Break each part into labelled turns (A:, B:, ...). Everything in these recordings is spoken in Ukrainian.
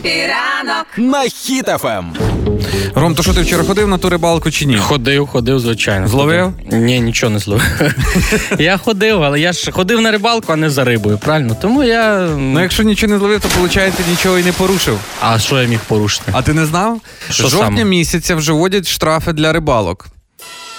A: Епіранок.
B: на Хіт-ФМ.
C: Ром, то що ти вчора ходив на ту рибалку чи ні?
D: Ходив, ходив, звичайно.
C: Зловив?
D: Ходив. Ні, нічого не зловив. я ходив, але я ж ходив на рибалку, а не за рибою, правильно? Тому я. м,
C: Ну, якщо нічого не зловив, то виходить, нічого і не порушив.
D: А що я міг порушити?
C: А ти не знав?
D: Що
C: Жовтня
D: саме?
C: місяця вже вводять штрафи для рибалок.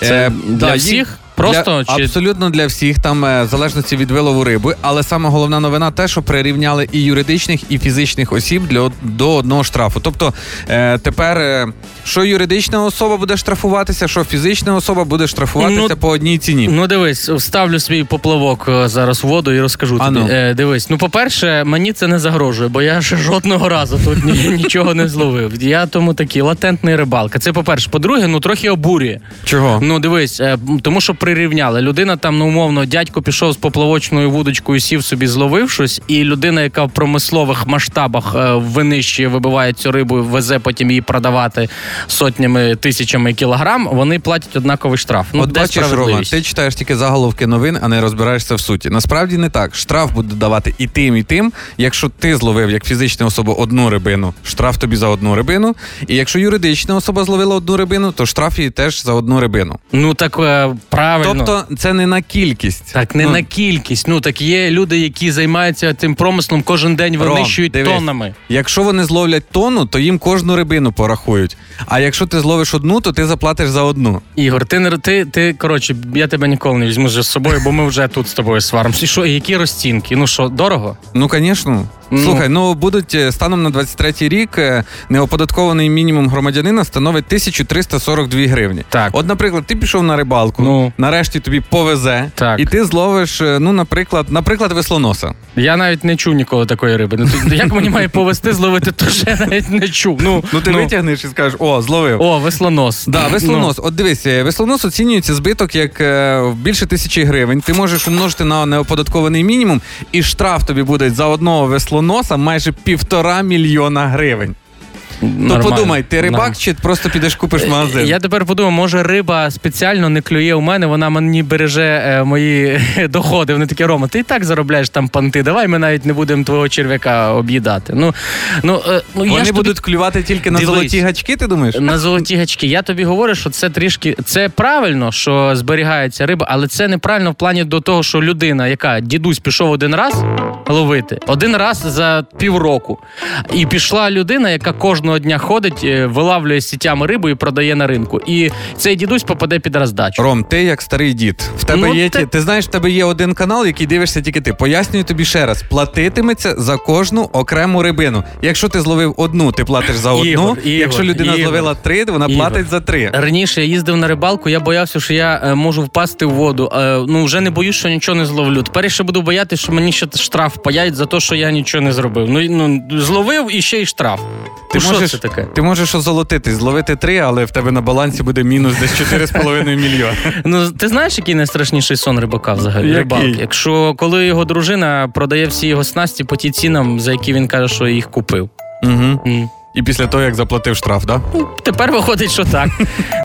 C: Е,
D: Це для
C: їх-
D: всіх? Просто
C: для,
D: чи-
C: абсолютно для всіх, там е, в залежності від вилову риби. Але саме головна новина те, що прирівняли і юридичних, і фізичних осіб для од- до одного штрафу. Тобто е, тепер е, що юридична особа буде штрафуватися, що фізична особа буде штрафуватися
D: Ну,
C: по одній ціні.
D: Ну дивись, вставлю свій поплавок е, зараз в воду і розкажу
C: А
D: тобі.
C: ну.
D: Е, дивись, ну по-перше, мені це не загрожує, бо я ще жодного разу тут ні- нічого не зловив. Я тому такий латентний рибалка. Це по-перше. По-друге, ну трохи обурює.
C: Чого?
D: Ну дивись, е, м, тому що прирівняли. Людина там, ну умовно, дядько пішов з поплавочною вудочкою, сів собі, зловив щось, і людина, яка в промислових масштабах е, винищує, вибиває цю рибу, везе потім її продавати сотнями тисячами кілограм, вони платять однаковий штраф. Ну,
C: От
D: де
C: бачиш, Рома,
D: справедливість?
C: ти читаєш тільки заголовки новин, а не розбираєшся в суті. Насправді не так. Штраф буде давати і тим, і тим. Якщо ти зловив як фізична особа одну рибину, штраф тобі за одну рибину. І якщо юридична особа зловила одну рибину, то штраф їй теж за одну рибину.
D: Ну так е, правильно.
C: Тобто це не на кількість.
D: Так, не
C: Ну,
D: на кількість. Ну так є люди, які займаються цим промислом, кожен день
C: Ром,
D: винищують
C: дивись.
D: тоннами.
C: Якщо вони зловлять тонну, то їм кожну рибину порахують. А якщо ти зловиш одну, то ти заплатиш за одну.
D: Ігор, ти не ти, ти коротше, я тебе ніколи не візьму вже з собою, бо ми вже тут з тобою сваримося. І що, і які розцінки? Ну що, дорого?
C: Ну, звісно.
D: Ну.
C: Слухай, ну будуть е, станом на 23-й рік е, неоподаткований мінімум громадянина становить 1342 гривні.
D: Так.
C: От, наприклад, ти пішов на рибалку,
D: Ну.
C: нарешті тобі повезе,
D: Так.
C: і ти зловиш, е, ну, наприклад, наприклад, веслоноса.
D: Я навіть не чув ніколи такої риби. Ну, тут, як мені має повести зловити, то ж я навіть не чув. Ну,
C: Ну ти витягнеш і скажеш, о, зловив.
D: О, веслонос. Ну,
C: Да, веслонос. От дивись, е, веслонос оцінюється збиток як е, в більше тисячі гривень. Ти можеш умножити на неоподаткований мінімум, і штраф тобі буде за одного веслоноса майже півтора мільйона гривень.
D: Ну,
C: Ну
D: нормально.
C: подумай, ти рибак
D: Нормально. Е,
C: чи просто підеш купиш в магазин?
D: Я тепер подумав, може риба спеціально не клює у мене, вона мені береже е, мої доходи. Вони такі, Рома, ти і так заробляєш там панти, давай ми навіть не будемо твого черв'яка об'їдати. Ну, ну, е, ну я
C: Вони
D: ж
C: будуть клювати тільки на
D: Дивись. Е, ну.
C: золоті гачки, ти думаєш?
D: тобі на золоті гачки. Я тобі говорю, що це трішки це правильно, що зберігається риба, але це неправильно в плані до того, що людина, яка дідусь пішов один раз ловити, один раз за півроку. І пішла людина, яка кожного дня ходить, е, вилавлює сітями рибу і продає на ринку. І цей дідусь попаде під роздачу.
C: Ром, ти як старий дід. В тебе
D: Ну,
C: є
D: ти-
C: ті- ти знаєш, в тебе є один канал, який дивишся тільки ти. Пояснюю тобі ще раз: платитиметься за кожну окрему рибину. Якщо ти зловив одну, ти платиш за одну.
D: Ігор, Ігор,
C: Якщо людина
D: Ігор.
C: зловила три, вона
D: Ігор.
C: платить за три.
D: Раніше я їздив на рибалку, я боявся, що я е, можу впасти в воду. Е, ну вже не боюсь, що нічого не зловлю. Тепер я ще буду боятися, що мені ще штраф паяють за те, що я нічого не зробив. Ну, і- ну зловив і ще й штраф.
C: Ти
D: ну, що
C: можеш-
D: це таке?
C: Ти можеш озолотитись, зловити три, але в тебе на балансі буде мінус десь 4,5 мільйона.
D: Ну ти знаєш, який найстрашніший сон рибака взагалі?
C: Який?
D: Рибалки. Якщо коли його дружина продає всі його снасті по ті цінам, за які він каже, що їх купив.
C: Угу.
D: М.
C: І після того, як заплатив штраф, так? Да?
D: Тепер виходить, що так.